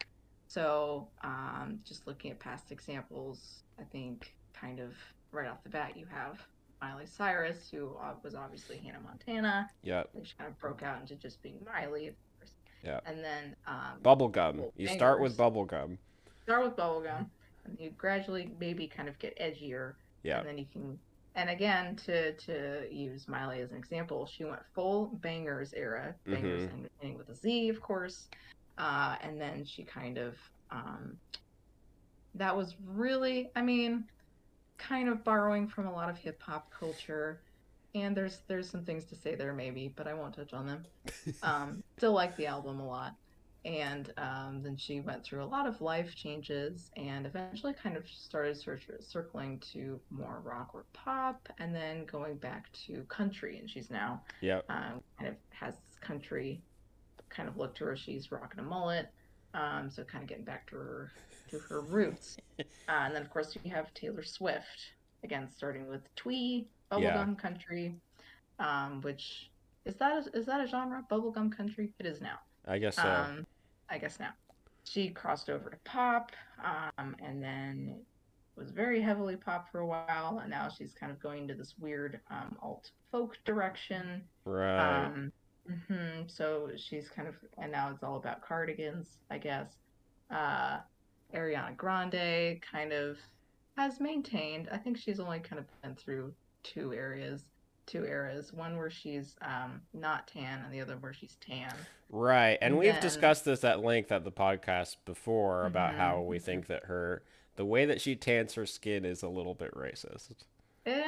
B: So, um, just looking at past examples, I think kind of right off the bat, you have Miley Cyrus, who uh, was obviously Hannah Montana,
A: Yeah.
B: and she kind of broke out into just being Miley, of course.
A: Yeah.
B: And then um,
A: Bubblegum.
B: Well,
A: You start with
B: bangers.
A: bubblegum.
B: start with bubblegum, and you gradually maybe kind of get edgier,
A: Yeah.
B: and then you can. And again, to to use Miley as an example, she went full bangers era, bangers and ending with a Z, of course, uh, and then she kind of um, that was really, I mean, kind of borrowing from a lot of hip hop culture, and there's there's some things to say there maybe, but I won't touch on them.
A: [LAUGHS]
B: Um, still like the album a lot, and um, then she went through a lot of life changes, and eventually kind of started cir- circling to more rock or pop, and then going back to country, and she's now
A: Yeah.
B: um, kind of has this country kind of look to her. She's rocking a mullet, um, so kind of getting back to her to her
A: [LAUGHS]
B: roots. Uh, and then of course we have Taylor Swift again, starting with twee bubblegum
A: Yeah.
B: country, um, which is that a, is that a genre bubblegum country? It is now.
A: I guess uh, so.
B: Um, I guess now. She crossed over to pop, um, and then was very heavily pop for a while, and now she's kind of going to this weird um, alt folk direction.
A: right.
B: Um, mhm, So she's kind of, and now it's all about cardigans, I guess. Uh, Ariana Grande kind of has maintained. I think she's only kind of been through two areas, two eras. One where she's um, not tan, and the other where she's tan.
A: Right. And we've
B: then-
A: discussed this at length at the podcast before about
B: Mhm,
A: how we think that her the way that she tans her skin is a little bit racist.
B: Eh,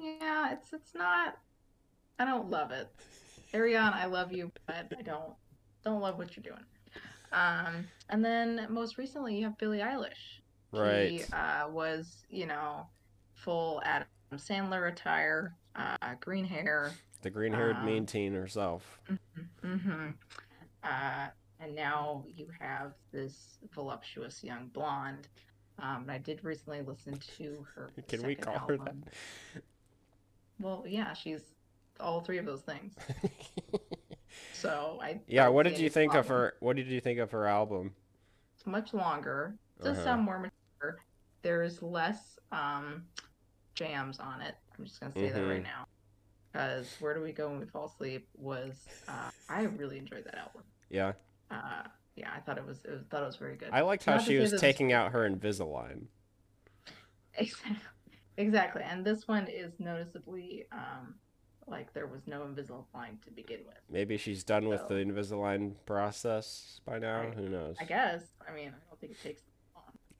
B: yeah, it's it's not. I don't love it, Ariana. I love you, but I don't don't love what you're doing. Um, and then most recently, you have Billie Eilish.
A: Right.
B: She uh, was, you know, full Adam Sandler attire, uh, green hair.
A: the green haired
B: um,
A: mean teen herself.
B: Mm-hmm. hmm Uh, and now you have this voluptuous young blonde. Um, and I did recently listen to her.
A: [LAUGHS] Can we
B: second
A: call her
B: album. Well, yeah, she's all three of those things.
A: that? [LAUGHS]
B: So I.
A: yeah,
B: don't
A: what
B: see
A: did
B: any
A: you think of
B: problem.
A: her what did you think of her album?
B: It's much longer. It does
A: Uh-huh.
B: sound more mature. There's less um, jams on it. I'm just gonna say that
A: Mm-hmm.
B: right now. Because where do we go when we fall asleep was uh, I really enjoyed that album.
A: Yeah.
B: Uh, yeah, I thought it was, it was thought it was very good. [LAUGHS]
A: I liked how
B: Not to
A: she
B: say
A: was
B: this is-
A: taking out her Invisalign.
B: Exactly. Exactly. And this one is noticeably um, like there was no invisible line to begin with.
A: Maybe she's done with
B: So-
A: the Invisalign process by now.
B: Right.
A: Who knows?
B: I guess. I mean, I don't think it takes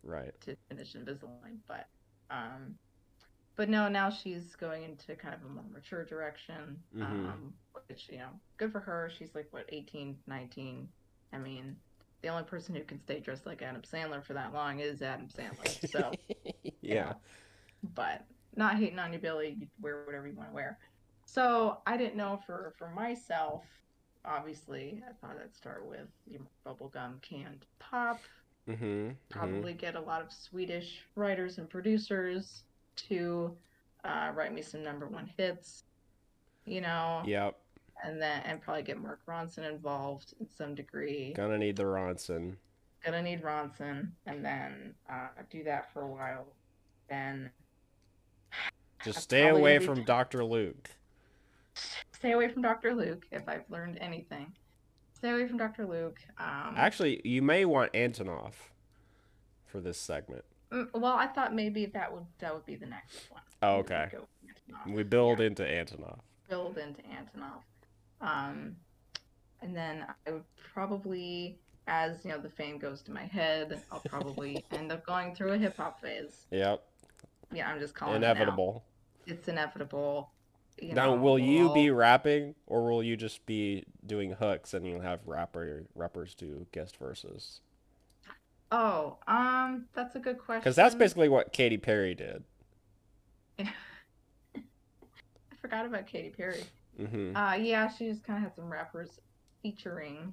A: Right.
B: to finish Invisalign, but um, but no, now she's going into kind of a more mature direction,
A: Mhm.
B: um, which you know, good for her. She's like what 18, 19. I mean, the only person who can stay dressed like Adam Sandler for that long is
A: [LAUGHS]
B: Adam Sandler. So you
A: yeah.
B: know. But not hating on you, Billy. You wear whatever you want to wear. So I didn't know for for myself. Obviously, I thought I'd start with your bubblegum canned pop.
A: Mm-hmm.
B: Probably get a lot of Swedish writers and producers to uh, write me some number one hits. You know,
A: Yep.
B: and then and probably get Mark Ronson involved in some degree.
A: Gonna need the Ronson.
B: gonna need Ronson, and then uh, do that for a while. Then
A: Just
B: I'm
A: stay
B: probably
A: away
B: gonna be-
A: from Dr. Luke.
B: stay away from Dr. Luke if I've learned anything. Stay away from Dr. Luke. Um,
A: Actually, you may want Antonov for this segment.
B: mm, well, I thought maybe that would that would be the next one.
A: Oh,
B: We would
A: okay.
B: go with Antonov,
A: We build into Antonov.
B: build into Antonov, um, and then I would probably, as you know, the fame goes to my head, I'll
A: [LAUGHS]
B: probably end up going through a hip hop phase.
A: Yep.
B: Yeah, I'm just calling It
A: Inevitable.
B: now. It's inevitable. Oh, You
A: now,
B: know,
A: will you
B: we'll-
A: be rapping or will you just be doing hooks and you'll have rapper rappers do guest verses?
B: Oh, um, that's a good question.
A: Because that's basically what Katy Perry did.
B: I forgot about Katy
A: [LAUGHS]
B: Perry.
A: Mm-hmm.
B: Uh, yeah, she just kind of had some rappers featuring.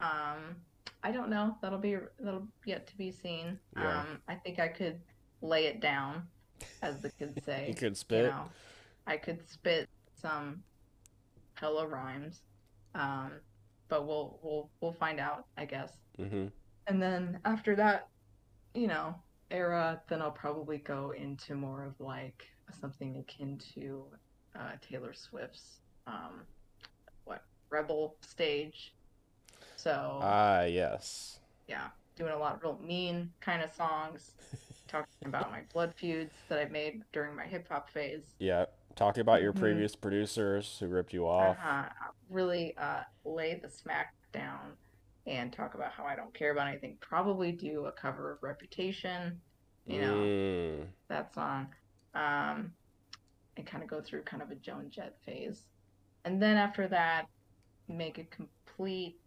B: Um, I don't know. That'll be that'll yet to be seen.
A: Yeah.
B: Um, I think I could lay it down, as the
A: [LAUGHS]
B: kids say.
A: You could
B: you
A: spit.
B: know. I could spit some hella rhymes. Um, but we'll we'll we'll find out, I guess.
A: Mm-hmm.
B: And then after that, you know, era, then I'll probably go into more of like something akin to uh, Taylor Swift's um, what rebel stage. So
A: Ah, yes. [LAUGHS]
B: yeah, doing a lot of real mean kind of songs, talking about my blood feuds that I made during my hip hop phase.
A: Yeah. Talking about your
B: Mhm.
A: previous producers who ripped you off.
B: Uh-huh. Really uh, lay the smack down and talk about how I don't care about anything. Probably do a cover of Reputation. You know.
A: Mm.
B: that song um, and kind of go through kind of a Joan Jett phase. And then after that, make a complete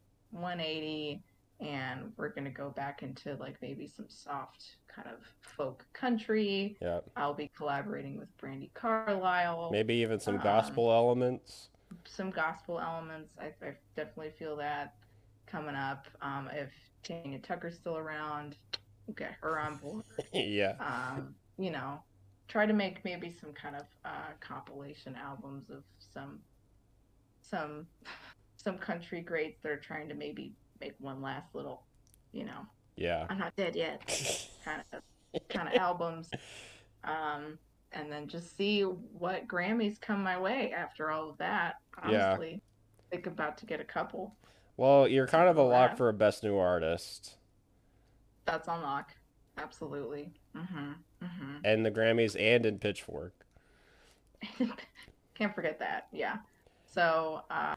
B: 180 and we're going to go back into like maybe some soft kind of folk country.
A: Yeah.
B: I'll be collaborating with Brandy Carlisle,
A: Maybe even some
B: Um,
A: gospel elements. [LAUGHS]
B: some gospel elements. I, I definitely feel that coming up. Um, if Tanya Tucker's still around, we'll get her on board
A: yeah.
B: um, you know, try to make maybe some kind of uh, compilation albums of some some some country greats that are trying to maybe make one last little, you know, [LAUGHS]
A: Yeah.
B: I'm not dead yet kind of kind of albums, um, and then just see what Grammys come my way after all of that.
A: Yeah.
B: Honestly, I think about to get a couple.
A: Well, you're kind of a lock
B: Rap.
A: for a best new artist,
B: That's on lock, absolutely. Mm-hmm. Mm-hmm. [LAUGHS]
A: and the Grammys and in Pitchfork.
B: Can't forget that. Yeah. So uh,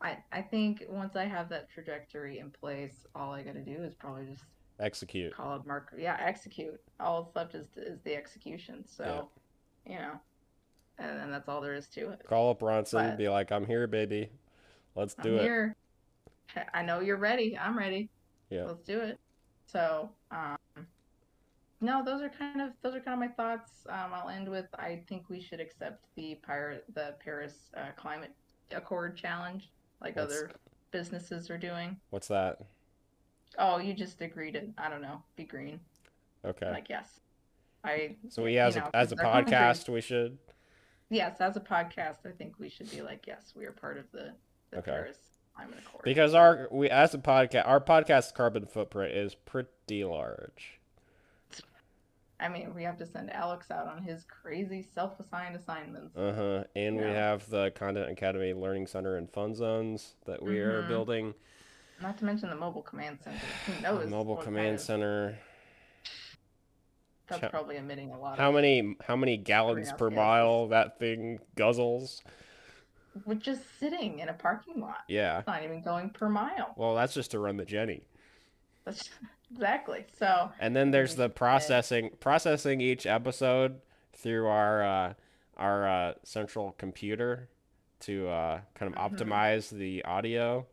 B: I I think once I have that trajectory in place, all I got to do is probably just
A: Execute.
B: call up Mark. Yeah, execute. All that's left is is the execution. So, you know, and, and that's all there is to it.
A: Call up Ronson,
B: But-
A: be like, "I'm here, baby. Let's do
B: I'm
A: it."
B: here. I know you're ready. I'm ready.
A: Yeah.
B: Let's do it. So, um, no, those are kind of those are kind of my thoughts. Um, I'll end with I think we should accept the pirate the Paris uh, Climate Accord challenge, like
A: What's-
B: other businesses are doing.
A: What's that?
B: Oh, you just agree to I don't know, be green.
A: Okay.
B: Like yes, I
A: so we as
B: you know,
A: a as a
B: [LAUGHS] 'cause they're hungry.
A: podcast we should.
B: yes as a podcast I think we should be like yes we are part of the the
A: Okay.
B: Paris Climate Accord
A: Because our we as a podcast our podcast carbon footprint is pretty large.
B: I mean, we have to send Alex out on his crazy self-assigned assignments.
A: Uh huh. And we
B: Yeah.
A: have the Content Academy Learning Center and Fun Zones that we are
B: Mhm.
A: building.
B: Not to mention the mobile command center. Who
A: [SIGHS]
B: knows?
A: Mobile
B: what
A: Command
B: kind of-
A: Center.
B: That's
A: How-
B: probably emitting a lot.
A: How
B: of,
A: many how many gallons
B: out
A: per
B: gases.
A: mile that thing guzzles?
B: We're just sitting in a parking lot.
A: Yeah.
B: It's not even going per mile.
A: Well, that's just to run the Jenny.
B: That's [LAUGHS] exactly. So
A: And then there's the
B: Understood.
A: processing processing each episode through our uh, our uh, central computer to uh, kind of
B: Mhm.
A: optimize the audio.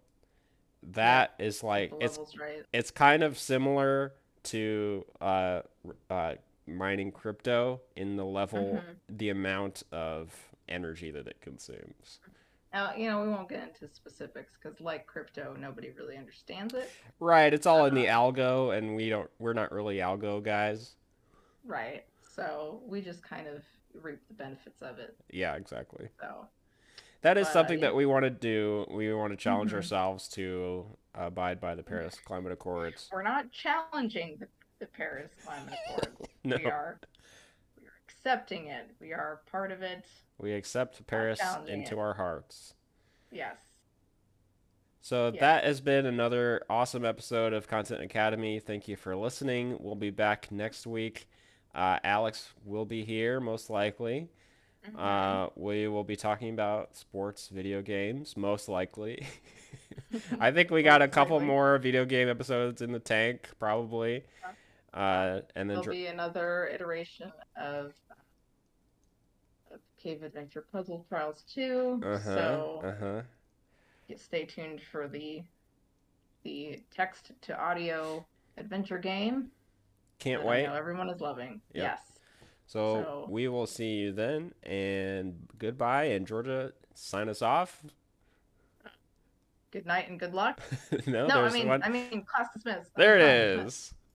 A: That is
B: the
A: like it's
B: levels right.
A: it's kind of similar to uh, r- uh, mining crypto in the level
B: Mhm.
A: the amount of energy that it consumes.
B: Now, you know, we won't get into specifics because, like crypto, nobody really understands it.
A: Right, it's all in the
B: Uh-huh.
A: algo, and we don't we're not really algo guys.
B: Right. So we just kind of reap the benefits of it.
A: Yeah, exactly.
B: So
A: That is
B: But, uh,
A: something
B: yeah.
A: that we want to do. We want to challenge
B: Mhm.
A: ourselves to abide by the Paris Climate Accords.
B: we're not challenging the, the Paris Climate Accord.
A: [LAUGHS] No,
B: We are we are accepting it. We are part of it.
A: we accept Paris
B: challenging
A: into
B: it.
A: our hearts.
B: Yes.
A: So
B: Yeah.
A: that has been another awesome episode of Content Academy. Thank you for listening. We'll be back next week. Uh, Alex will be here most likely.
B: Mhm.
A: Uh, we will be talking about sports, video games, most likely. [LAUGHS] I think we got a
B: Most
A: couple
B: likely.
A: more video game episodes in the tank, probably. Uh, and then
B: There'll
A: dr-
B: Uh-huh. be another iteration of, of Cave Adventure Puzzle Trials 2.
A: Uh huh.
B: So
A: Uh huh.
B: yeah, stay tuned for the the text to audio adventure game. that
A: Can't
B: I
A: wait.
B: know everyone is loving.
A: Yep.
B: Yes.
A: So,
B: so-
A: we will see you then, and goodbye. And Georgia, sign us off. [LAUGHS]
B: Good night and good luck.
A: no,
B: no, I
A: there's
B: mean
A: Oh, one.
B: I mean class dismissed.
A: there
B: Class
A: it
B: dismissed.
A: is.